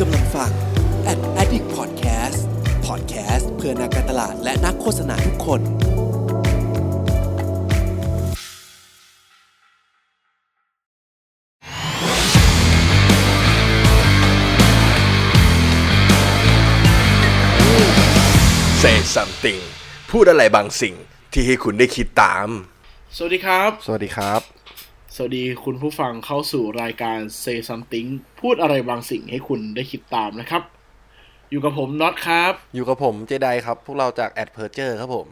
กำลังฟัง Ad Addict Podcast Podcast เพื่อนักการตลาดและนักโฆษณาทุกคน Say something พูดอะไรบางสิ่งที่ให้คุณได้คิดตาม สวัสดีครับ สวัสดีครับ สวัสดีคุณผู้ฟังเข้าสู่รายการ Say Something พูดอะไรบางสิ่งให้คุณได้คิดตามนะครับ อยู่กับผมน็อตครับ อยู่กับผมเจไดครับ พวกเราจากแอดเพ r ร์เจอร์ครับผม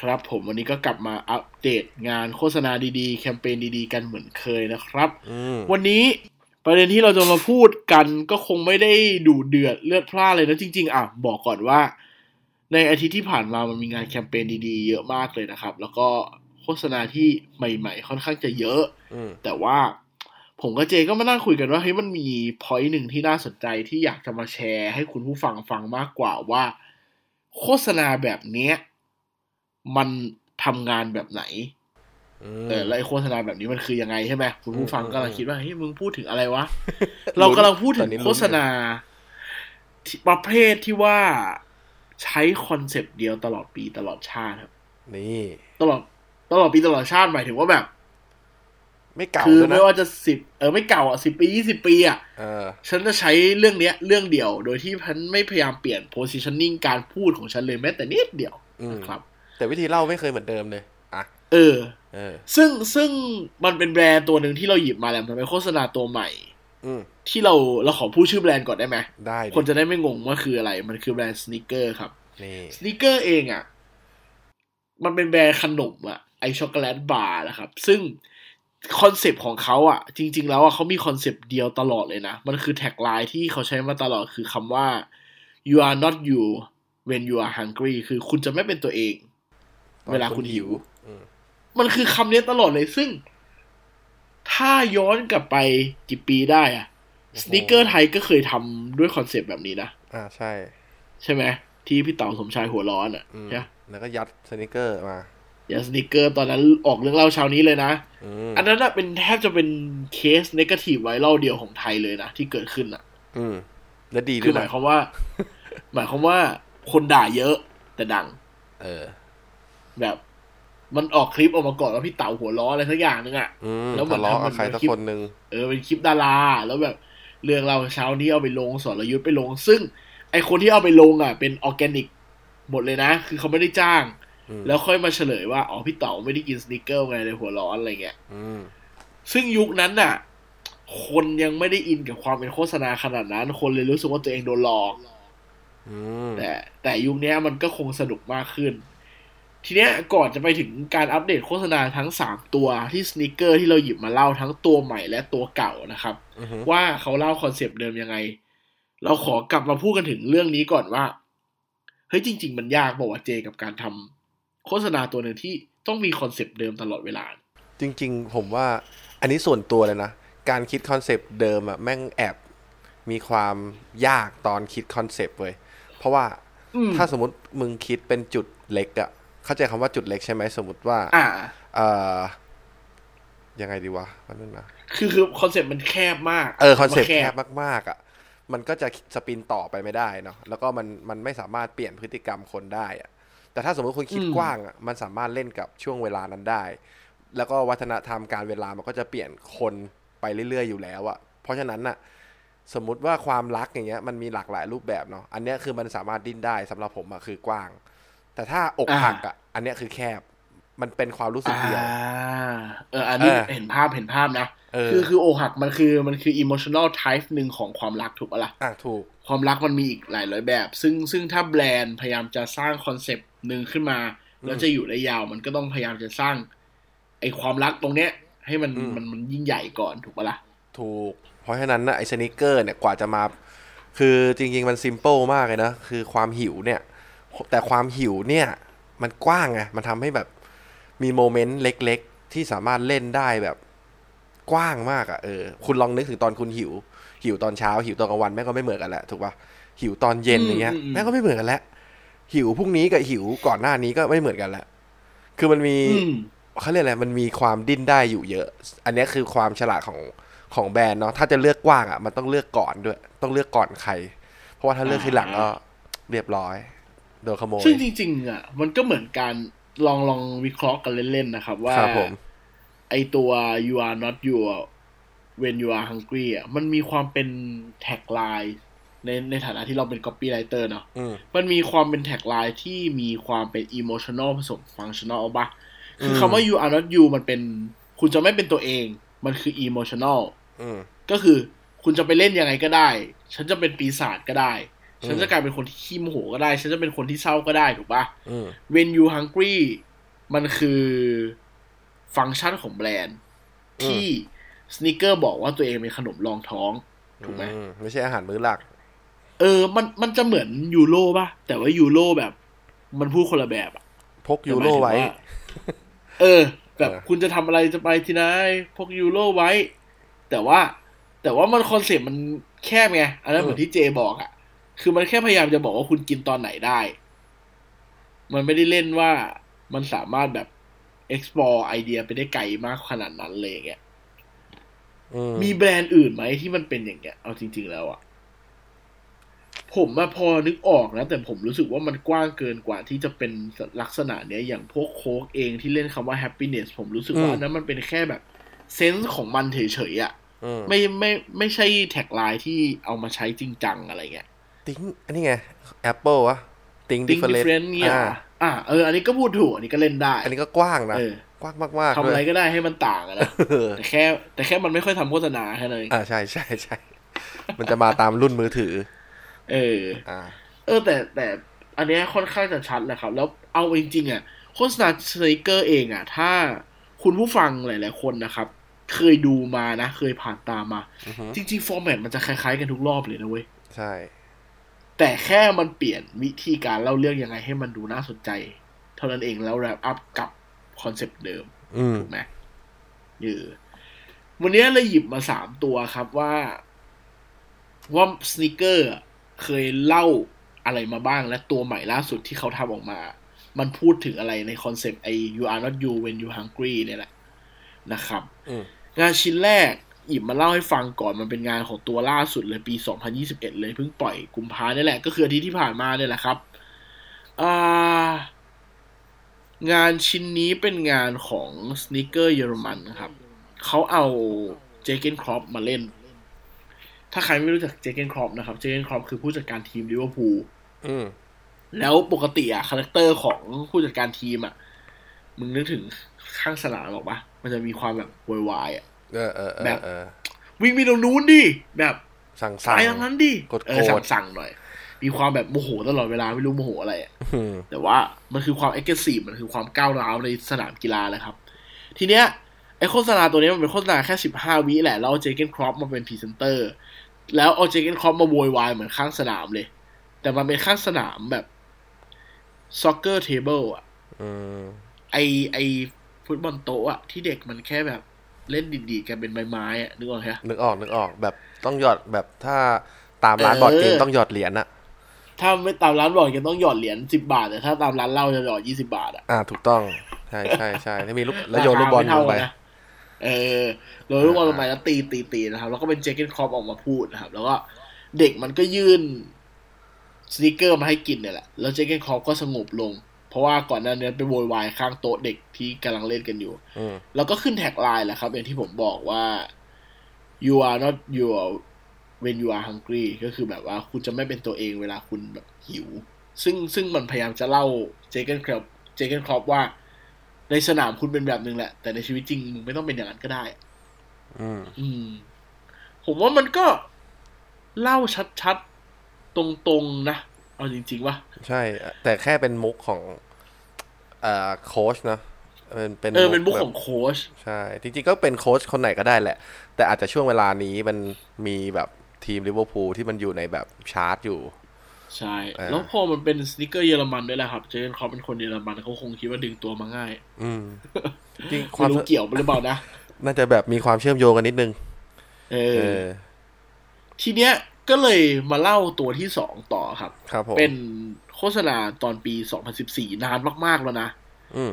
ครับ ผมวันนี้ก็กลับมาอัปเดตงานโฆษณาดีๆ แคมเปญดีๆ กันเหมือนเคยนะครับ วันนี้ประเด็นที่เราจะมาพูดกันก็คงไม่ได้ดูเดือดเลือดพล่านเลยนะจริง ๆ อ่ะ บอกก่อนว่า ในอาทิตย์ที่ผ่านมามันมีงานแคมเปญดีๆ เยอะมากเลยนะครับ แล้วก็โฆษณาที่ใหม่ ๆ ค่อนข้างจะเยอะ อืม แต่ว่าผมกับเจก็มานั่งคุยกันว่าเฮ้ยมันมีพอยต์หนึ่งที่น่าสนใจที่อยากจะมาแชร์ให้คุณผู้ฟังฟังมากกว่าว่า โฆษณาแบบเนี้ยมันทำงานแบบไหน อืม เออแล้วไอโฆษณาแบบนี้มันคือยังไงใช่ไหมคุณผู้ฟัง อืม กำลังคิดว่าเฮ้ยมึงพูดถึงอะไร วะ น เรากำลังพูดถึ ตอน ง นี้ลุ้น โฆษณาที่ประเภทที่ว่าใช้คอนเซปต์เดียวตลอดปีตลอดชาติครับ นี่ ตลอดตลอดปีตลอดชาติหมายถึงว่าแบบ ไม่เก่า คือ แล้ว ไม่ นะ ว่าจะสิบเออไม่เก่าอ่ะสิบปียี่สิบปีอ่ะ เออ ฉันจะใช้เรื่องเนี้ย เรื่องเดียว โดยที่ฉันไม่พยายามเปลี่ยน positioning การพูดของฉันเลยแม้แต่นิดเดียว อืม นะครับ แต่วิธีเล่าไม่เคยเหมือนเดิมเลย อ่ะ เออ เออ ซึ่งซึ่งมันเป็นแบรนด์ตัวหนึ่งที่เราหยิบมาแหละมันเป็นโฆษณาตัวใหม่ อืม ที่เราเราขอพูดชื่อแบรนด์ก่อนได้ไหม ได้ดิ คนจะได้ไม่งงว่าคืออะไร มันคือแบรนด์สน e เกอร์ครับ นี่ สน e เกอร์เองอ่ะ มันเป็นแบรนด์ขนมอ่ะไอช็อกโกแลตบาร์นะครับ ซึ่งคอนเซปต์ของเขาอ่ะ จริง ๆ แล้วอ่ะเขามีคอนเซปต์เดียวตลอดเลยนะ มันคือแท็กไลน์ที่เขาใช้มาตลอดคือคำว่า you are not you when you are hungry คือคุณจะไม่เป็นตัวเอง ตอน เวลาคุณหิว อืม มันคือคำนี้ตลอดเลยซึ่ง ถ้าย้อนกลับไปกี่ปีได้อะสนิเกอร์ไทยก็เคยทำด้วยคอนเซปต์แบบนี้นะ อ่าใช่ ใช่ไหมที่พี่เต๋าสมชายหัวร้อนอ่ะ อืม ใช่ปะ แล้วก็ยัดสนิเกอร์มา อย่างสนิเกอร์ตอนนั้นออกเรื่องเล่าเช้านี้เลยนะ อืม อันนั้นน่ะเป็นแทบจะเป็นเคสเนกาทีฟไวรัลเดียวของไทยเลยนะ ที่เกิดขึ้นอ่ะ อืม และดีด้ คื ว อย หมา นะ ยความว่า หมายความว่าคนด่าเยอะแต่ดัง เออ แบบ มันออกคลิปออกมาก่อนว่าพี่เต๋าหัวร้อนอะไรสักอย่างนึงอ่ะ อืม แล้วเหมือ ทะ น เลาะ ทำเหกัมืบ อน ใครสัก คลิป คนหนึ่ง เออเป็นคลิปดาราแล้วแบบเรื่องเราวเช้านี้เอาไปลงสอนรยุทธไปลง ซึ่ง ไอคนที่เอาไปลงอ่ะ เป็นออร์แกนิกหมดเลยนะ คือเขาไม่ได้จ้าง แล้วค่อยมาเฉลยว่า อ๋อพี่เต๋อไม่ได้กินสนิกเกอร์ไงเลยหัวร้อนอะไรเงี้ย อืม ซึ่งยุคนั้นน่ะ คนยังไม่ได้อินกับความเป็นโฆษณาขนาดนั้น คนเลยรู้สึกว่าตัวเองโดนหลอก อืม แต่แต่ยุคเนี้ยมันก็คงสนุกมากขึ้น ทีเนี้ยก่อนจะไปถึงการอัปเดตโฆษณาทั้ง 3 ตัวที่สนิเกอร์ที่เราหยิบมาเล่าทั้งตัวใหม่และตัวเก่านะครับ อือฮึ ว่าเขาเล่าคอนเซปต์เดิมยังไง เราขอกลับมาพูดกันถึงเรื่องนี้ก่อนว่าเฮ้ยจริง ๆ มันยากบอกว่าวะเจกับการทำโฆษณาตัวหนึ่งที่ต้องมีคอนเซปต์เดิมตลอดเวลา จริง ๆ ผมว่าอันนี้ส่วนตัวเลยนะ การคิดคอนเซปต์เดิมอะแม่งแอบมีความยากตอนคิดคอนเซปต์เว้ยเพราะว่า อืม ถ้าสมมติมึงคิดเป็นจุดเล็กอะเข้าใจคำว่าจุดเล็กใช่ไหมสมมติว่า อ่า เออยังไงดีวะมันนึงนะ คือคือคอนเซปต์มันแคบมาก เออคอนเซปต์ มัน แคบมากๆอะมันก็จะสปินต่อไปไม่ได้เนาะแล้วก็มันมันไม่สามารถเปลี่ยนพฤติกรรมคนได้อะแต่ถ้าสมมติคุณคิดกว้างอะมันสามารถเล่นกับช่วงเวลานั้นได้ แล้วก็วัฒนธรรมการเวลามันก็จะเปลี่ยนคนไปเรื่อยๆอยู่แล้วอะเพราะฉะนั้นน่ะสมมุติว่าความรักอย่างเงี้ยมันมีหลากหลายรูปแบบเนาะอันเนี้ยคือมันสามารถดิ้นได้สำหรับผมอะคือกว้าง แต่ถ้าอกหักอะอันเนี้ยคือแคบมันเป็นความรู้สึก อ่า เดียว เอออันนี้ เออ เห็นภาพเห็นภาพนะ เออ คือคือโอกหักมันคือมันคือ emotional type หนึ่งของความรักถูกปะล่ะ อ่ะถูก ความรักมันมีอีกหลายร้อยแบบ ซึ่งซึ่งถ้าแบรนด์พยายามจะสร้างคอนเซปต์หนึ่งขึ้นมา แล้วจะอยู่ได้ยาวมันก็ต้องพยายามจะสร้าง ไอความรักตรงเนี้ย ให้มันมันมันยิ่งใหญ่ก่อนถูกปะล่ะ ถูก เพราะฉะนั้นนะไอ้สนิเกอร์เนี่ยกว่าจะมา คือจริงๆมันซิมเ l ิลมากเลยนะ คือความหิวเนี่ย แต่ความหิวเนี่ย มันกว้างไง มันทำให้แบบมีโมเมนต์เล็กๆ ที่สามารถเล่นได้แบบกว้างมากอะ่ะเออ คุณลองนึกถึงตอนคุณหิว หิวตอนเช้า หิวตอนกลางวันแม่งก็ไม่เหมือนกันแหละถูกปะหิวตอนเย็นอย่างเงี้ย อืมอืม แม่งก็ไม่เหมือนกันแล้ว หิวพรุ่งนี้กับหิวก่อนหน้านี้ก็ไม่เหมือนกันแล้ว คือมันมี อืม เขาเรียกอะไร มันมีความดิ้นได้อยู่เยอะ อันเนี้ยคือความฉลาดของ ของแบรนด์เนาะถ้าจะเลือกกว้างอ่ะมันต้องเลือกก่อนด้วย ต้องเลือกก่อนใคร เพราะว่าถ้าเลือกทีหลังก็เรียบร้อยโดนขโมย ซึ่งจริงๆอ่ะมันก็เหมือนการลองลองวิเคราะห์กันเล่นๆนะครับ ว่า ครับผม ไอตัว you are not your when you are hungry อ่ะมันมีความเป็นแท็กไลน์ในในฐานะที่เราเป็น copywriter เนาะ อืม มันมีความเป็นแท็กไลน์ที่มีความเป็น emotional ผสม functional เอาปะคือคำว่า you are not you มันเป็น คุณจะไม่เป็นตัวเอง มันคือ emotional อืม ก็คือคุณจะไปเล่นยังไงก็ได้ ฉันจะเป็นปีศาจก็ได้ ฉันจะกลายเป็นคนที่ขี้โมโหก็ได้ ฉันจะเป็นคนที่เศร้าก็ได้ถูกปะ อืม when you hungry มันคือฟังก์ชันของแบรนด์ ที่สน e เกอร์บอกว่าตัวเองเป็นขนมรองท้อง ถูกไหม อืมไม่ใช่อาหารมื้อหลัก เออ มันมันจะเหมือนยูโรป่ะ แต่ว่ายูโรแบบ มันพูดคนละแบบอะ พกยูโรไว้ แต่หมายถึงาเออ แบบ เออ คุณจะทำอะไรจะไปที่ไหนพกยูโรไว้ แต่ว่า แต่ว่ามันคอนเซ็ปต์มันแคบไง อันนั้นเหมือนที่เจบอกอะ่ะ คือมันแค่พยายามจะบอกว่าคุณกินตอนไหนได้ มันไม่ได้เล่นว่ามันสามารถแบบ explore ไอเดียไปได้ไกลมากขนาดนั้นเลยอย่างเงี้ย อืม มีแบรนด์อื่นไหมที่มันเป็นอย่างเงี้ย เอาจริง ๆ แล้วอะผมมาพอนึกออกนะ แต่ผมรู้สึกว่ามันกว้างเกินกว่าที่จะเป็นลักษณะเนี้ย อย่างพวกโค้กเองที่เล่นคำว่า happiness ผมรู้สึกว่าอันนั้นมันเป็นแค่แบบเซนส์ของมันเฉยๆอะ อืม ไม่ไม่ไม่ใช่แท็กไลน์ที่เอามาใช้จริงจังอะไรเงี้ย ติ้งอันนี้ไงแอปเปิลวะติ้งดิ ดิ้ง เฟอ ดิ เรน เฟรน ต์ ต์เนี่ยเหรออ่าเออ อันนี้ก็พูดถูกอันนี้ก็เล่นได้ อันนี้ก็กว้างนะ เออ กว้างมากๆ ทำอะไร ด้วย ก็ได้ให้มันต่างอะนะ เออ แต่แค่ แต่แค่มันไม่ค่อยทำโฆษณาแค่นั้นเอง อ่าใช่ใช่ใช่ มันจะมาตามรุ่นมือถือ เออ อ่า เออแต่แต่อันเนี้ยค่อนข้างจะชัดแหละครับ แล้วเอาจริงๆอ่ะโฆษณาสติกเกอร์เองอ่ะ ถ้าคุณผู้ฟังหลายๆคนนะครับ เคยดูมานะ เคยผ่านตามมา จริงๆ ฟอร์แมตมันจะคล้ายๆกันทุกรอบเลยนะเว้ย ใช่ แต่แค่มันเปลี่ยนวิธีการเล่าเรื่องยังไงให้มันดูน่าสนใจ เท่านั้นเองแล้วแรปอัพกับคอนเซปต์เดิม อืม ถูกไหมเออวันนี้เลยหยิบมาสามตัวครับว่า ว่าสนิเกอร์เคยเล่าอะไรมาบ้างและตัวใหม่ล่าสุดที่เขาทำออกมา มันพูดถึงอะไรในคอนเซปต์ไอ you are not you when you hungry เนี่ยแหละนะครับ อืม งานชิ้นแรก หยิบมาเล่าให้ฟังก่อนมันเป็นงานของตัวล่าสุดเลยปี 2021 เลยเพิ่งปล่อยกุมภาเนี่ยแหละ ก็คืออาทิตย์ที่ผ่านมาเนี่ยแหละครับ อ่า งานชิ้นนี้เป็นงานของสน e เกอร์เยอรมันครับ เขาเอาเจเกนครอปมาเล่น ถ้าใครไม่รู้จักเจเกนครอปนะครับ เจเกนครอปคือผู้จัดการทีมลิเวอร์พูล อืม แล้วปกติอะคาแรคเตอร์ของผู้จัดการทีมอะมึงนึกถึงข้างสนามหรอกปะมันจะมีความแบบโวยวายอะ เออเออเอ แบ อบ เออ วิ่งไปตรงนู้นดิ แบบ สั่งๆ ตายทางนั้นดิ กดโกรธ เออสั่งสั่งหน่อย มีความแบบโมโหตลอดเวลาไม่รู้โมโหอะไรอะ อืม แต่ว่ามันคือความเอ็กซ์ซีมันคือความก้าวร้าวในสนามกีฬาแหละครับ ทีเนี้ยไอโฆษณาตัวเนี้ยมันเป็นโฆษณาแค่สิบห้าวิแหละ แล้วเอาเจเกนครอปมาเป็นพรีเซนเตอร์ แล้วเอาเจเกนครอปมาโวยวายเหมือนข้างสนามเลย แต่มันเป็นข้างสนามแบบซ็อกเกอร์เทเบิลอะ อืม ไอไอฟุตบอลโต๊ะอะที่เด็กมันแค่แบบเล่นดีๆกันเป็นใบไม้อะนึกออกไหม นึกออกนึกออกแบบต้องหยอดแบบถ้าตามร้านบอร์ดเกม เออ ต้องหยอดเหรียญอะ ถ้าไม่ตามร้านบอกยังต้องหยอดเหรียญสิบาท แต่ถ้าตามร้านเหล้าจะหยอดยี่สิบาทอะ อ่า ถูกต้อง ใช่ใช่ใช่ถ้ามีลู กแล้วโยนลูกบอลลงไป ราคาม่เท่ากันนะเออโยนลูกบอลลงไปแล้วตีตีตีนะครับ แล้วก็เป็นเจคเกนครอปออกมาพูดนะครับ แล้วก็เด็กมันก็ยื่นสนิเกอร์มาให้กินเนี่ยแหละ แล้วเจคเกนครอปก็สงบลง เพราะว่าก่อนหน้านี้ไปโวยวายข้างโต๊ะเด็กที่กำลังเล่นกันอยู่ อืม แล้วก็ขึ้นแท็กไลน์แหละครับ อย่างที่ผมบอกว่า you are not you are when you are hungry ก็คือแบบว่าคุณจะไม่เป็นตัวเองเวลาคุณแบบหิว ซึ่งซึ่งมันพยายามจะเล่าเจเกนครอปเจเกนครอปว่า ในสนามคุณเป็นแบบหนึ่งแหละ แต่ในชีวิตจริงมึงไม่ต้องเป็นอย่างนั้นก็ได้ อืม อืม ผมว่ามันก็เล่าชัดๆ ตรงๆนะ เอาจริงๆว่า ใช่ แต่แค่เป็นมุกของเอ่อโค้ชนะเป็นเป็น เออเป็นบุก แบบ ของโค้ช ใช่ จริงๆก็เป็นโค้ชคนไหนก็ได้แหละ แต่อาจจะช่วงเวลานี้มันมีแบบทีมลิเวอร์พูลที่มันอยู่ในแบบชาร์ตอยู่ ใช่ อ่า แล้วพอมันเป็นสนิเกอร์เยอรมันด้วยแหละครับ เจนเขาเป็นคนเยอรมันเขาคงคิดว่าดึงตัวมาง่าย อืมจริงๆค ไม่ วาม รู้เกี่ยวหรือเปล่านะ น่าจะแบบมีความเชื่อมโยงกันนิดนึง เอ เอ อ อ ทีเนี้ยก็เลยมาเล่าตัวที่สองต่อครับ ครับผม เป็นโฆษณาตอนปี 2014 นานมาก ๆ แล้วนะ อืม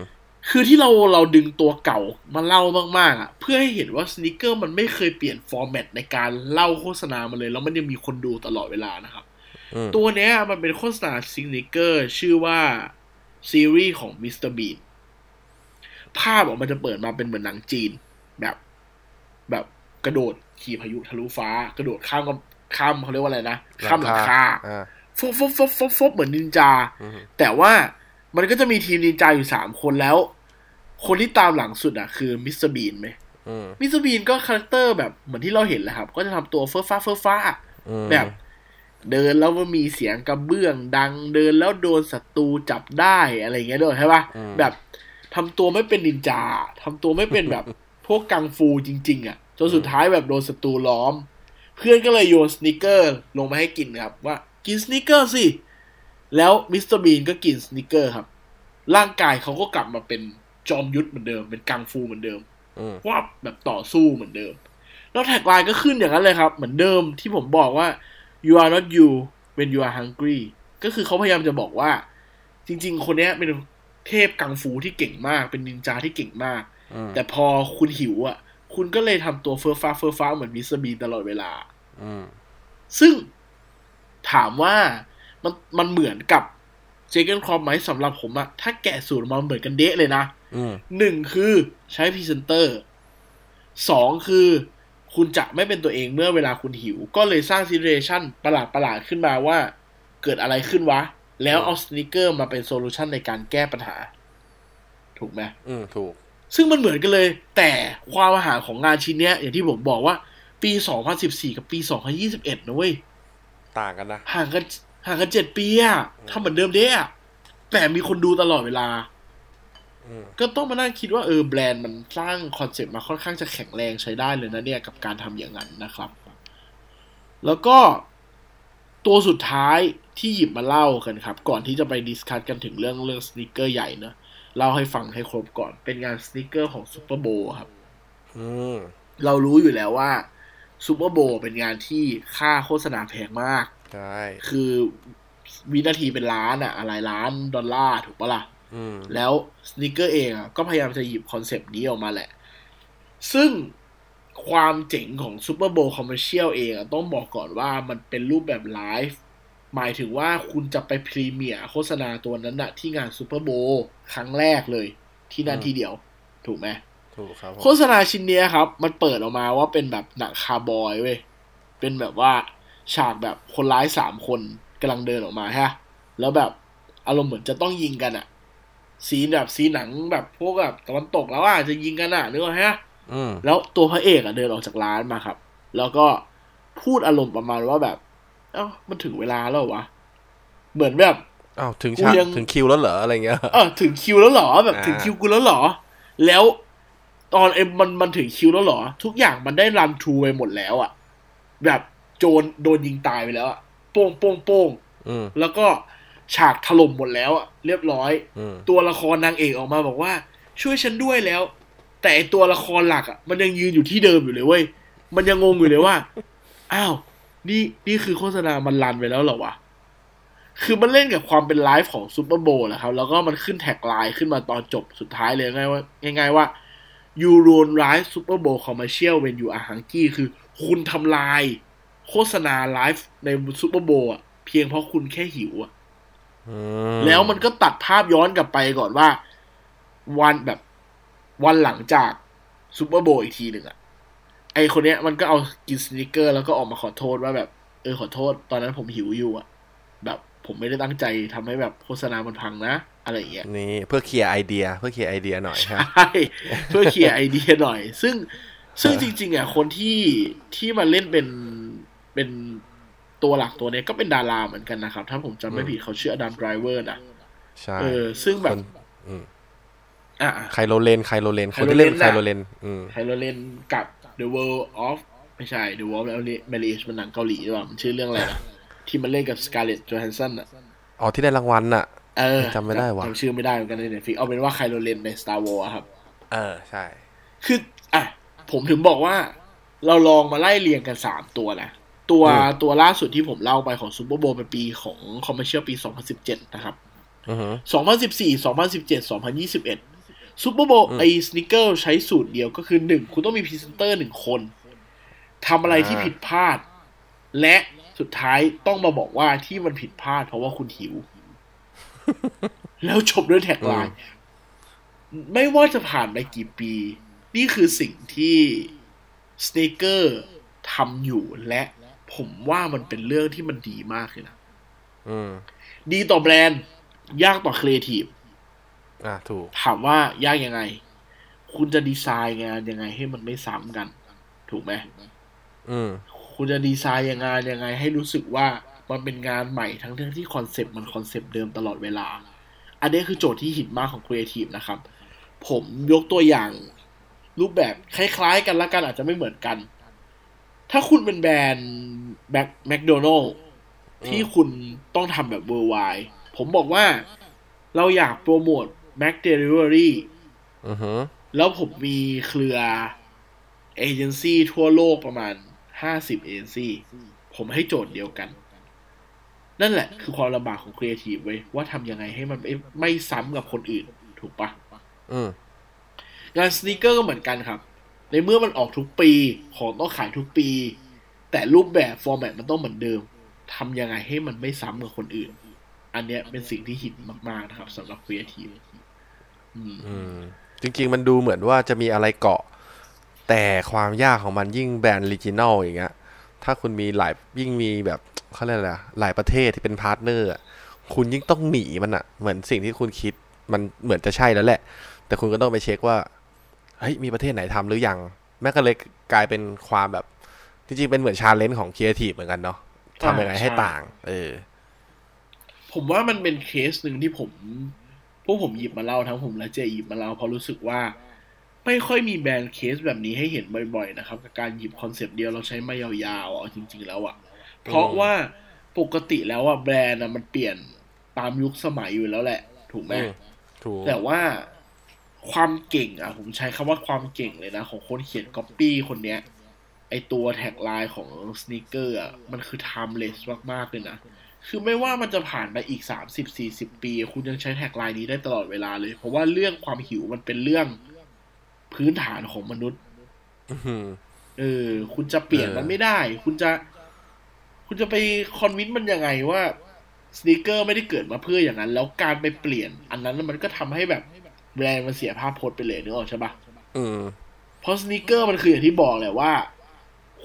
คือที่เราเราดึงตัวเก่ามาเล่ามากๆอ่ะเพื่อให้เห็นว่าสนิเกอร์มันไม่เคยเปลี่ยนฟอร์แมตในการเล่าโฆษณามันเลย แล้วมันยังมีคนดูตลอดเวลานะครับ อืม ตัวเนี้ยมันเป็นโฆษณาสนิเกอร์ชื่อว่าซีรีส์ของมิสเตอร์บีนภาพออกมันจะเปิดมาเป็นเหมือนหนังจีนแบบ แบบกระโดดขี่พายุทะลุฟ้า กระโดดข้ามกำข้ามเขาเรียกว่าอะไรนะข้ามหลังคา อ่า ฟบฟบฟบฟบฟบเหมือนนินจา อือฮึ แต่ว่ามันก็จะมีทีมนินจาอยู่สามคนแล้ว คนที่ตามหลังสุดอ่ะคือมิสเตอร์บีนไหม อืม มิสเตอร์บีนก็คาแรคเตอร์แบบเหมือนที่เราเห็นแหละครับ ก็จะทำตัวเฟ้อฟ้าเฟ้อฟ้า อืม แบบ เดินแล้วมันมีเสียงกระเบื้องดัง เดินแล้วโดนศัตรูจับได้อะไรอย่างเงี้ยด้วยใช่ปะแบบทำตัวไม่เป็นนินจาทำตัวไม่เป็นแบบ พวกกังฟูจริง ๆ อ่ะจนสุดท้ายแบบโดนศัตรูล้อม เพื่อนก็เลยโยนสนิกเกอร์ลงมาให้กินครับ ว่ากินสนิกเกอร์สิ แล้วมิสเตอร์บีนก็กินสนิกเกอร์ครับ ร่างกายเขาก็กลับมาเป็นจอมยุทธเหมือนเดิมเป็นกังฟูเหมือนเดิม อืม วับแบบต่อสู้เหมือนเดิม แล้วแท็กไลน์ก็ขึ้นอย่างนั้นเลยครับ เหมือนเดิมที่ผมบอกว่า you are not you when you are hungry ก็คือเขาพยายามจะบอกว่า จริง ๆ คนเนี้ยเป็นเทพกังฟูที่เก่งมาก เป็นนินจาที่เก่งมาก อืม แต่พอคุณหิวอ่ะ คุณก็เลยทำตัวเฟื่อฟ้าเฟื่อฟ้าเหมือนมิสเตอร์บีนตลอดเวลา อืม ซึ่งถามว่ามันมันเหมือนกับเจเกนครอปไหมสำหรับผมอะถ้าแกะสูตรมาเหมือนกันเดะเลยนะ อืม หนึ่งคือใช้พรีเซนเตอร์สองคือคุณจะไม่เป็นตัวเองเมื่อเวลาคุณหิว ก็เลยสร้างซีเรชันประหลาดประหลาดๆขึ้นมาว่า เกิดอะไรขึ้นวะ แล้วเอาสนิเกอร์มาเป็นโซลูชันในการแก้ปัญหา ถูกไหม อืมถูก ซึ่งมันเหมือนกันเลย แต่ความอาหารของงานชิ้นเนี้ย อย่างที่ผมบอกว่า ปี 2014 กับปี 2021 นะเว้ย ต่างกันนะ ห่างกันห่างกันเจ็ดปีอะทำเหมือนเดิมเด้อะแต่มีคนดูตลอดเวลา อืม ก็ต้องมานั่งคิดว่าเออแบรนด์มันสร้างคอนเซ็ปต์มาค่อนข้างจะแข็งแรงใช้ได้เลยนะเนี่ยกับการทำอย่างนั้นนะครับ แล้วก็ตัวสุดท้ายที่หยิบมาเล่ากันครับ ก่อนที่จะไปดิสคัตกันถึงเรื่องเรื่องสนิเกอร์ใหญ่เนอะเล่าให้ฟังให้ครบก่อนเป็นงานสนิเกอร์ของซูเปอร์โบครับ อืม เรารู้อยู่แล้วว่าซูเปอร์โบเป็นงานที่ค่าโฆษณาแพงมาก ใช่ คือวินาทีเป็นล้านอะอะไรล้านดอลลาร์ถูกปะล่ะ อืม แล้วสนิเกอร์เองอะก็พยายามจะหยิบคอนเซปต์นี้ออกมาแหละ ซึ่งความเจ๋งของซูเปอร์โบว์คอมเมอร์เชียลเองอะต้องบอกก่อนว่ามันเป็นรูปแบบไลฟ์หมายถึงว่าคุณจะไปพรีเมียร์โฆษณาตัวนั้นอะที่งานซูเปอร์โบว์ครั้งแรกเลยที่นั่นที่เดียว ถูกไหม ถูกครับผม โฆษณาชิ้นเนี้ยครับ มันเปิดออกมาว่าเป็นแบบหนังคาร์บอยเว้ย เป็นแบบว่าฉากแบบคนร้ายสามคนกำลังเดินออกมาฮะ แล้วแบบอารมณ์เหมือนจะต้องยิงกันอะสีนแบบสีหนังแบบพวกแบบตะวันตกแล้วอะจะยิงกันอะนึกออกไหมฮะ อืม แล้วตัวพระเอกอะเดินออกจากร้านมาครับ แล้วก็พูดอารมณ์ประมาณว่าแบบ เอ้ามันถึงเวลาแล้วเหรอวะ เหมือนแบบ อ้าวถึง กู ฉาก ยัง ถึงคิวแล้วเหรออะไรเงี้ย เออถึงคิวแล้วเหรอแบบ อ่า ถึงคิวกูแล้วเหรอ แล้วตอนเอ็มมันมันถึงคิวแล้วเหรอ ทุกอย่างมันได้รันทรูไปหมดแล้วอะแบบโจรโดนยิงตายไปแล้วอะโป้งโป้งโป้ง อืม แล้วก็ฉากถล่มหมดแล้วอะเรียบร้อย อืม ตัวละครนางเอกออกมาบอกว่า ช่วยฉันด้วยแล้ว แต่ไอ้ตัวละครหลักอะมันยังยืนอยู่ที่เดิมอยู่เลยเว้ยมันยังงงอยู่เลยว่า อ้าวนี่นี่คือโฆษณามันรันไปแล้วเหรอวะ คือมันเล่นกับความเป็นไลฟ์ของซูเปอร์โบว์แหละครับ แล้วก็มันขึ้นแท็กไลน์ขึ้นมาตอนจบสุดท้ายเลยง่ายว่าง่ายๆว่า you ruin live Super Bowl commercial when you are hungry คือคุณทำลายโฆษณาไลฟ์ในซูเปอร์โบว์อะเพียงเพราะคุณแค่หิวอะ อื แล้วมันก็ตัดภาพย้อนกลับไปก่อนว่า วันแบบวันหลังจากซูเปอร์โบว์อีกทีหนึ่งอะไอคนเนี้ยมันก็เอากินสนิกเกอร์ แล้วก็ออกมาขอโทษว่าแบบ เออขอโทษ ตอนนั้นผมหิวอยู่อะแบบผมไม่ได้ตั้งใจทำให้แบบโฆษณามันพังนะ อะไรอย่างเงี้ย นี่เพื่อเคลียร์ไอเดีย เพื่อเคลียร์ไอเดียหน่อยฮะ ใช่เพื่อเคลียร์ไอเดียหน่อย ซึ่งซึ่งจริง ๆอ่ะคนที่ที่มาเล่นเป็นเป็นตัวหลักตัวเนี้ยก็เป็นดาราเหมือนกันนะครับ ถ้าผมจำไม่ผิดเขาชื่ออดัมไดรเวอร์นะ ใช่ เออ ซึ่งแบ ค บ นอืม อ่ะ ไคโรเลนไคโรเลนคนที่เล่น ไค ไค โร โร เล เล น น น่ะ อืม ไฮโลเลนกับ The World of ไม่ใช่ The World of Marriage มันหนังเกาหลีหรือเปล่ามันชื่อเรื่องอะไรนะที่มันเล่นกับ Scarlett Johansson อ่ะ อ๋อที่ได้รางวัลน่ะ เออ จำไม่ได้ว่ะ จำชื่อไม่ได้เหมือนกันในเน็ตฟิกเอาเป็นว่าไคโลเลนใน Star Wars อะครับ เออใช่ คืออ่ะผมถึงบอกว่า เราลองมาไล่เรียงกันสามตัวนะ ตัว อืม ตัวล่าสุดที่ผมเล่าไปของซูเปอร์โบว์เป็นปีของคอมเมอร์เชียลปี 2017 นะครับ อือหือ 2014 2017 2021 ซูเปอร์โบไอสนิเกอร์ใช้สูตรเดียวก็คือหนึ่งคุณต้องมีพรีเซนเตอร์หนึ่งคนทำอะไรที่ อ่า ผิดพลาด และสุดท้ายต้องมาบอกว่าที่มันผิดพลาดเพราะว่าคุณหิว แล้วจบด้วยแท็กไลน์ไม่ว่าจะผ่านไปกี่ปี นี่คือสิ่งที่สเนคเกอร์ทำอยู่และผมว่ามันเป็นเรื่องที่มันดีมากเลยนะ อืม ดีต่อแบรนด์ ยากต่อครีเอทีฟ อ่ะถูก ถามว่ายากยังไง คุณจะดีไซน์งานยังไงให้มันไม่ซ้ำกัน ถูกไหม อืม คุณจะดีไซน์ยังไงยังไง ให้รู้สึกว่ามันเป็นงานใหม่ทั้งทั้งที่คอนเซปต์มันคอนเซปต์เดิมตลอดเวลา อันนี้คือโจทย์ที่หินมากของครีเอทีฟนะครับ ผมยกตัวอย่างรูปแบบคล้ายๆกันละกันอาจจะไม่เหมือนกัน ถ้าคุณเป็นแบรนด์แบ็คแมคโดนัลที่คุณต้องทำแบบเวอร์ไวผมบอกว่าเราอยากโปรโมทแม็กเดลิเวอรี่ อือฮึ แล้วผมมีเครือเอเจนซี่ทั่วโลกประมาณห้าสิบเอเจนซี่ ผมให้โจทย์เดียวกัน นั่นแหละคือความลำบากของครีเอทีฟเว้ย ว่าทำยังไงให้มันไม่ไม่ซ้ำกับคนอื่น ถูกปะ อืม งานสนีกเกอร์ก็เหมือนกันครับ ในเมื่อมันออกทุกปี ของต้องขายทุกปี แต่รูปแบบฟอร์แมตมันต้องเหมือนเดิมทำยังไงให้มันไม่ซ้ำกับคนอื่น อันเนี้ยเป็นสิ่งที่หินมากๆนะครับสำหรับครีเอทีฟอืม อืม จริง ๆ มันดูเหมือนว่าจะมีอะไรเกาะ แต่ความยากของมันยิ่งแบรนด์ลิจินอลอย่างเงี้ย ถ้าคุณมีหลายยิ่งมีแบบเขาเรียกอะไรอะหลายประเทศที่เป็นพาร์ทเนอร์อะคุณยิ่งต้องหนีมันอะเหมือนสิ่งที่คุณคิดมันเหมือนจะใช่แล้วแหละ แต่คุณก็ต้องไปเช็คว่า เฮ้ย มีประเทศไหนทำหรือยัง แม่ก็เลยกลายเป็นความแบบ จริง ๆ เป็นเหมือนชาเลนจ์ของครีเอทีฟเหมือนกันเนาะทำยังไงให้ ใช่ ต่าง เออ ผมว่ามันเป็นเคสหนึ่งที่ผม พวกผมหยิบมาเล่าทั้งผมและเจหยิบมาเล่าเพราะรู้สึกว่า ไม่ค่อยมีแบรนด์เคสแบบนี้ให้เห็นบ่อยๆนะครับกับการหยิบคอนเซปต์เดียวเราใช้มายาวๆอ่ะจริง ๆ แล้วอ่ะ เพราะว่าปกติแล้วอ่ะแบรนด์อะมันเปลี่ยนตามยุคสมัยอยู่แล้วแหละ ถูกไหม อืม ถูก แต่ว่าความเก่งอ่ะ ผมใช้คำว่าความเก่งเลยนะ ของคนเขียนก๊อปปี้คนเนี้ย ไอตัวแท็กไลน์ของสน e เกอร์อ่ะ มันคือ timeless มาก ๆ เลยนะ คือไม่ว่ามันจะผ่านไปอีกสามสิบสี่สิบปี คุณยังใช้แท็กไลน์นี้ได้ตลอดเวลาเลย เพราะว่าเรื่องความหิวมันเป็นเรื่องพื้นฐานของมนุษย์ อืม เออ คุณจะเปลี่ยนมันไม่ได้ คุณจะ คุณจะไปคอนวินมันยังไงว่าสน e เกอร์ไม่ได้เกิดมาเพื่ออย่างนั้น แล้วการไปเปลี่ยน อันนั้นมันก็ทำให้แบบแบรนด์มันเสียภาพพจน์ไปเลยนึกออกใช่ปะ อืม เพราะสน e เกอร์มันคืออย่างที่บอกแหละว่า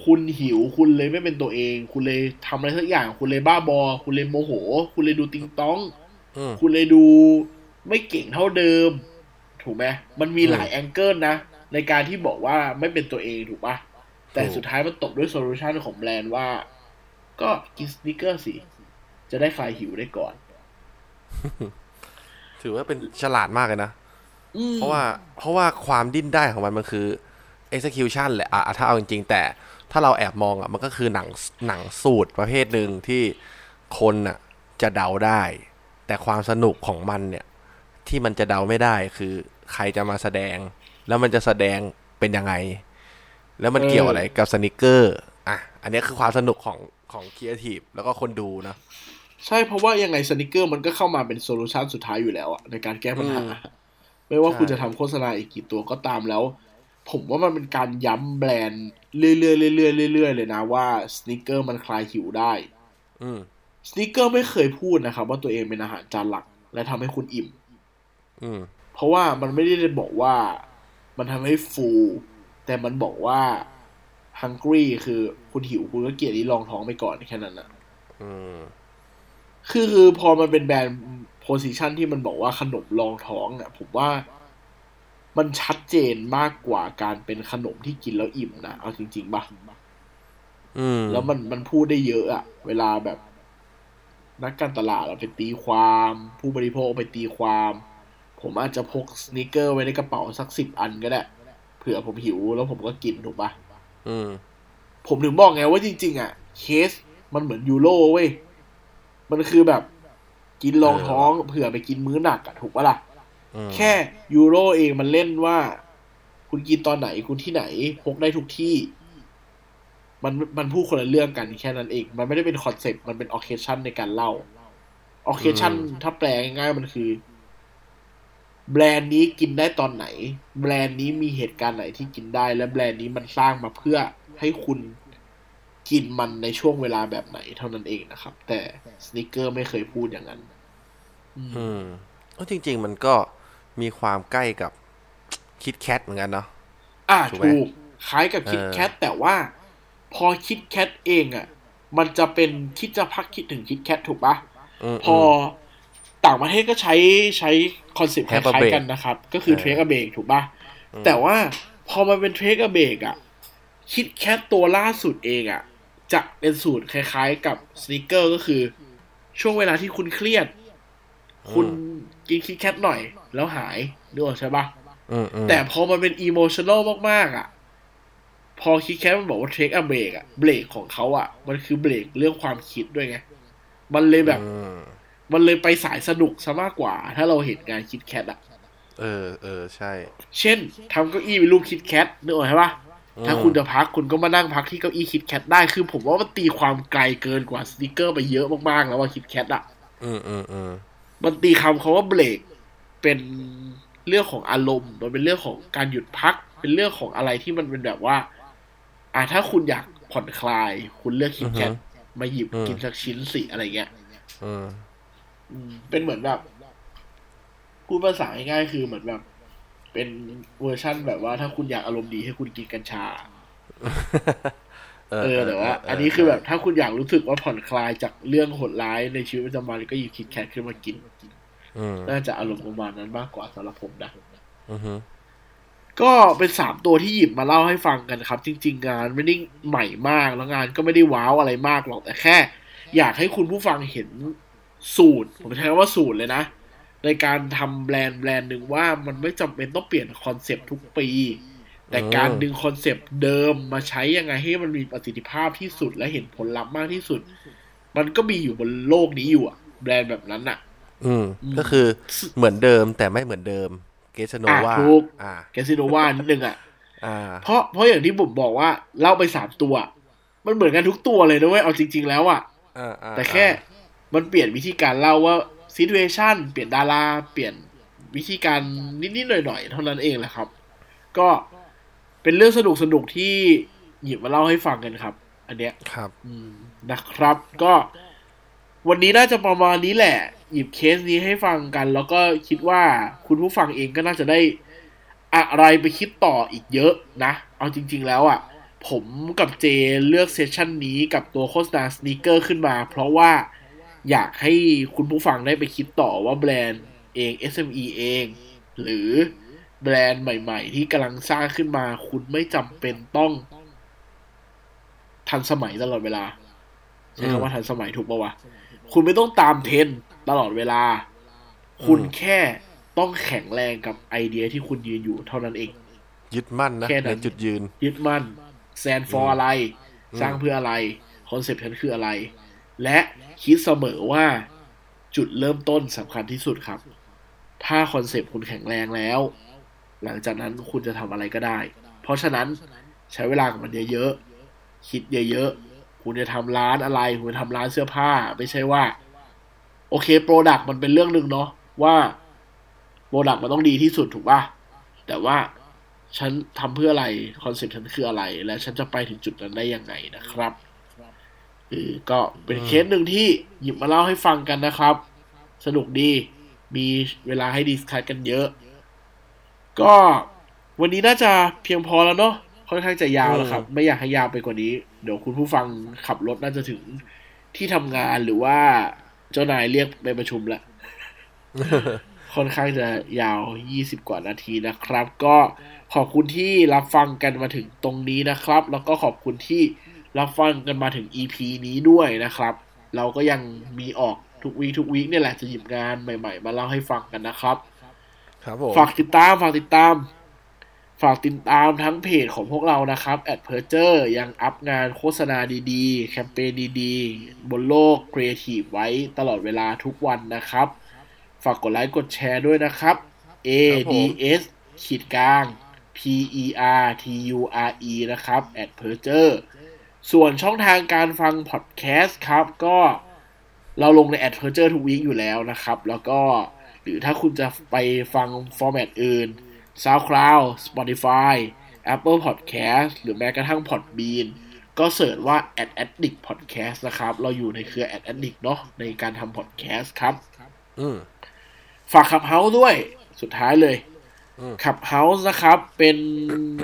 คุณหิวคุณเลยไม่เป็นตัวเอง คุณเลยทำอะไรสักอย่าง คุณเลยบ้าบอ คุณเลยโมโห คุณเลยดูติงต้อง อืม คุณเลยดูไม่เก่งเท่าเดิม ถูกไหมมันมีหลายแองเกิลนะ ในการที่บอกว่าไม่เป็นตัวเองถูกปะแต่ ถูก สุดท้ายมันตกด้วยโซลูชันของแบรนด์ว่า ก็กินสนิกเกอร์สิ จะได้คลายหิวได้ก่อน ถือว่าเป็นฉลาดมากเลยนะ อืม เพราะว่าเพราะว่าความดิ้นได้ของมันมันคือ execution แหละอ่ะอ่ะถ้าเอาจริงๆ แต่ถ้าเราแอบมองอ่ะมันก็คือหนังหนังสูตรประเภทหนึ่งที่คนอ่ะจะเดาได้ แต่ความสนุกของมันเนี่ย ที่มันจะเดาไม่ได้คือใครจะมาแสดง แล้วมันจะแสดงเป็นยังไง แล้วมันเกี่ยวอะไรกับสนิเกอร์อ่ะอันนี้คือความสนุกของของครีเอทีฟแล้วก็คนดูนะ ใช่เพราะว่ายังไงสนิกเกอร์มันก็เข้ามาเป็นโซลูชันสุดท้ายอยู่แล้วอะในการแก้ปัญหา อืม ไม่ว่าคุณจะทำโฆษณาอีกกี่ตัวก็ตามแล้ว ผมว่ามันเป็นการย้ำแบรนด์เรื่อยๆเรื่อยๆเรื่อยๆเลยนะว่าสนิกเกอร์มันคลายหิวได้ อืม สนิกเกอร์ไม่เคยพูดนะครับ ว่าตัวเองเป็นอาหารจานหลัก และทำให้คุณอิ่ม อืม เพราะว่ามันไม่ได้บอกว่ามันทำให้ฟู แต่มันบอกว่า hungry คือคุณหิวคุณก็เกลียดที่รองท้องไปก่อนแค่นั้นนะ อืม คือคือพอมันเป็นแบรนด์โพสิชันที่มันบอกว่าขนมรองท้องอ่ะ ผมว่ามันชัดเจนมากกว่าการเป็นขนมที่กินแล้วอิ่มนะเอาจริงๆปะ อืม แล้วมันมันพูดได้เยอะอะเวลาแบบ นักการตลาดเราไปตีความ ผู้บริโภคไปตีความ ผมอาจจะพกสนิเกอร์ไว้ในกระเป๋าสักสิบอันก็ได้เผื่อผมหิวแล้วผมก็กินถูกปะ อืม ผมถึงบอกไงว่าจริง ๆ อ่ะ เคสมันเหมือนยูโรเว้ย มันคือแบบกินรองท้อง เผื่อไปกินมื้อหนักอะถูกปะล่ะ อืม แค่ยูโรเองมันเล่นว่า คุณกินตอนไหนคุณที่ไหน พกได้ทุกที่ มันมันพูดคนละเรื่องกันแค่นั้นเอง มันไม่ได้เป็นคอนเซ็ปต์มันเป็นออเคชันในการเล่าออเคชัน อืม ถ้าแปลง่ายๆมันคือ แบรนด์นี้กินได้ตอนไหน แบรนด์นี้มีเหตุการณ์ไหนที่กินได้ และแบรนด์นี้มันสร้างมาเพื่อให้คุณกินมันในช่วงเวลาแบบไหนเท่านั้นเองนะครับ แต่สนิเกอร์ไม่เคยพูดอย่างนั้น อืมก็จริง ๆ มันก็มีความใกล้กับ คิดแคทเหมือนกันเนาะ อ่า ถูกไหม ถูกคล้ายกับ เออ คิดแคทแต่ว่าพอคิดแคทเองอะ่ะ มันจะเป็นคิดจะพักคิดถึงคิดแคทถูกปะ ม พอต่างประเทศก็ใช้ใช้คอนเซ็ปต์ค Take a ล้าย break ๆกันนะครับ ก็คือ เออ เทรกอเบกถูกปะแต่ว่าพอมันเป็นเทรกอเบกอ่ะคิดแคทตัวล่าสุดเองอ่ะ จะเป็นสูตรคล้ายๆกับสนิเกอร์ก็คือ ช่วงเวลาที่คุณเครียด คุณกินคิดแคทหน่อย แล้วหายนึกออกใช่ปะ อืมอืม แต่พอมันเป็นอีโมชั่นอลมาก ๆ อ่ะ พอคิดแคทมันบอกว่าเทคอะเบรกอ่ะเบรกของเขาอ่ะ มันคือเบรกเรื่องความคิดด้วยไง มันเลยแบบ อืม มันเลยไปสายสนุกซะมากกว่า ถ้าเราเห็นงานคิดแคทอ่ะ เออเออใช่ เช่นทำเก้าอี้เป็นรูปคิดแคทนึกออกไหมว่าถ้าคุณจะพักคุณก็มานั่งพักที่เก้าอี้คิดแคทได้ คือผมว่ามันตีความไกลเกินกว่าสติกเกอร์ไปเยอะมากๆ แล้วว่าคิดแคทอ่ะ อืมอืมอืม มันตีคำเขาว่าเบรกเป็นเรื่องของอารมณ์ มันเป็นเรื่องของการหยุดพัก เป็นเรื่องของอะไรที่มันเป็นแบบว่า อ่าถ้าคุณอยากผ่อนคลาย คุณเลือกคิดแคทมาหยิบกินสักชิ้นสิอะไรเงี้ย อืม อืมเป็นเหมือนแบบพูดภาษาง่ายๆคือเหมือนแบบ เป็นเวอร์ชั่นแบบว่าถ้าคุณอยากอารมณ์ดีให้คุณกินกัญชา เออแต่ว่า อันนี้คือแบบถ้าคุณอยากรู้สึกว่าผ่อนคลายจากเรื่องโหดร้ายในชีวิตประจำวันก็หยิบคิดแคทขึ้นมากิน อืม น่าจะอารมณ์ประมาณนั้นมากกว่าสำหรับผมนะ อืมอืม ก็เป็นสามตัวที่หยิบมาเล่าให้ฟังกันครับ จริง ๆ งานไม่ได้ใหม่มากแล้วงานก็ไม่ได้ว้าวอะไรมากหรอกแต่แค่ อยากให้คุณผู้ฟังเห็นสูตร ผมใช้คำว่าสูตรเลยนะ ในการทำแบรนด์แบรนด์หนึ่งว่ามันไม่จำเป็นต้องเปลี่ยนคอนเซปต์ทุกปี แต่การดึงคอนเซปต์เดิมมาใช้ยังไงให้มันมีประสิทธิภาพที่สุดและเห็นผลลัพธ์มากที่สุด มันก็มีอยู่บนโลกนี้อยู่อะแบรนด์แบบนั้นอะ อืมก็คือเหมือนเดิมแต่ไม่เหมือนเดิม เกสโนวา อ่ะถูก อ่า แกซิโนว่านิดนึงอะ อ่า เพราะเพราะอย่างที่ผมบอกว่าเล่าไปสามตัว มันเหมือนกันทุกตัวเลยนะเว้ยเอาจริง ๆ แล้วอะ อ่าอ่า แต่แค่มันเปลี่ยนวิธีการเล่าว่าซีดูเอชันเปลี่ยนดาราเปลี่ยนวิธีการนิดๆหน่อยๆเท่านั้นเองแหละครับ ก็เป็นเรื่องสนุกสนุกๆที่หยิบมาเล่าให้ฟังกันครับ อันเนี้ย ครับ อืมนะครับก็วันนี้น่าจะประมาณนี้แหละ หยิบเคสนี้ให้ฟังกัน แล้วก็คิดว่าคุณผู้ฟังเองก็น่าจะได้อะไรไปคิดต่ออีกเยอะนะ เอาจริง ๆ แล้วอะ่ะ ผมกับเจเลือกเซสชันนี้กับตัวโฆษณาสน e เกอร์ขึ้นมา เพราะว่าอยากให้คุณผู้ฟังได้ไปคิดต่อว่าแบรนด์เอง SME เอง หรือแบรนด์ใหม่ ๆ ที่กำลังสร้างขึ้นมา คุณไม่จำเป็นต้อง ทันสมัยตลอดเวลาใช้คำว่าทันสมัยถูกปะวะ คุณไม่ต้องตามเทรนด์ตลอดเวลา คุณแค่ต้องแข็งแรงกับไอเดียที่คุณยืนอยู่เท่านั้นเอง ยึดมั่นนะ แค่นั้น ในจุดยืน ยึดมั่นแซนฟอร์อะไร สร้างเพื่ออะไร คอนเซปต์ฉันคืออะไร และคิดเสมอว่าจุดเริ่มต้นสำคัญที่สุดครับ ถ้าคอนเซปต์คุณแข็งแรงแล้ว หลังจากนั้นคุณจะทำอะไรก็ได้ เพราะฉะนั้นใช้เวลากับมันเยอะๆ คิดเยอะๆ คุณจะทำร้านอะไร คุณจะทำร้านเสื้อผ้า ไม่ใช่ว่า โอเคโปรดักต์มันเป็นเรื่องหนึ่งเนาะว่าโปรดักต์มันต้องดีที่สุดถูกป่ะ แต่ว่าฉันทำเพื่ออะไรคอนเซ็ปต์ฉันคืออะไร และฉันจะไปถึงจุดนั้นได้ยังไงนะครับเออก็เป็นเคสหนึ่งที่หยิบมาเล่าให้ฟังกันนะครับ สนุกดี มีเวลาให้ดิสคัทกันเยอะ ก็วันนี้น่าจะเพียงพอแล้วเนาะค่อนข้างจะยาวแล้วครับ ไม่อยากให้ยาวไปกว่านี้ เดี๋ยวคุณผู้ฟังขับรถน่าจะถึงที่ทำงานหรือว่าเจ้านายเรียกไปประชุมแล้ว ค่อนข้างจะยาว 20 กว่านาทีนะครับ ก็ขอบคุณที่รับฟังกันมาถึงตรงนี้นะครับ แล้วก็ขอบคุณที่รับฟังกันมาถึง EP นี้ด้วยนะครับ เราก็ยังมีออกทุกวีคทุกวีคเนี่ยแหละจะหยิบงานใหม่ๆ มาเล่าให้ฟังกันนะครับ ครับผม ฝากติดตามฝากติดตาม ฝากติดตามทั้งเพจของพวกเรานะครับแอดเพอร์เจอร์ยังอัพงานโฆษณาดีๆ แคมเปญดีๆ บนโลกครีเอทีฟไว้ตลอดเวลาทุกวันนะครับ ฝากกดไลค์กดแชร์ด้วยนะครับ A D S ขีดกลาง P E R T U R E นะครับแอดเพอร์เจอร์ส่วนช่องทางการฟังพอดแคสต์ครับก็ เราลงในแอดเพอร์เจอร์ทุกวีคอยู่แล้วนะครับ แล้วก็ หรือถ้าคุณจะไปฟังฟอร์แมตอื่น SoundCloud Spotify Apple Podcast หรือแม้กระทั่ง Podbean ก็เสิร์ชว่า Ad Addict Podcast นะครับ เราอยู่ในเครือ Ad Addict เนาะในการทำ podcast ครับ อืม ฝากขับเฮาส์ด้วยสุดท้ายเลยขับเฮาส์นะครับ เป็น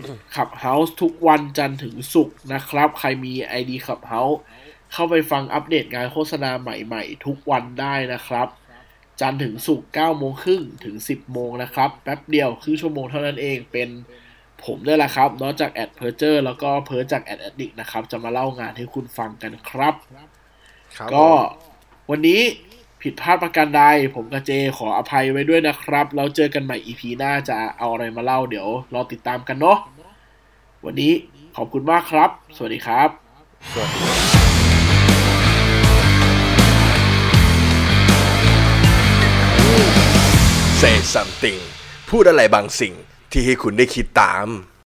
ขับเฮาส์ทุกวันจันทร์ถึงศุกร์นะครับ ใครมีไอดีขับเฮาส์เข้าไปฟังอัปเดตงานโฆษณาใหม่ๆ ทุกวันได้นะครับ จันทร์ถึงศุกร์9โมงครึ่งถึง 10 โมงนะครับ แป๊บเดียวครึ่งชั่วโมงเท่านั้นเองเป็นผมได้ละครับ นอกจากแอดเพอร์เจอร์แล้วก็เพอร์จากแอดแอดดิกนะครับ จะมาเล่างานให้คุณฟังกันครับ ครับ ก็วันนี้ผิดพลาดประการใด ผมกับเจขออภัยไว้ด้วยนะครับแล้วเจอกันใหม่ EP หน้าจะเอาอะไรมาเล่าเดี๋ยวรอติดตามกันเนาะวันนี้ขอบคุณมากครับ สวัสดีครับ Say something พูดอะไรบางสิ่งที่ให้คุณได้คิดตาม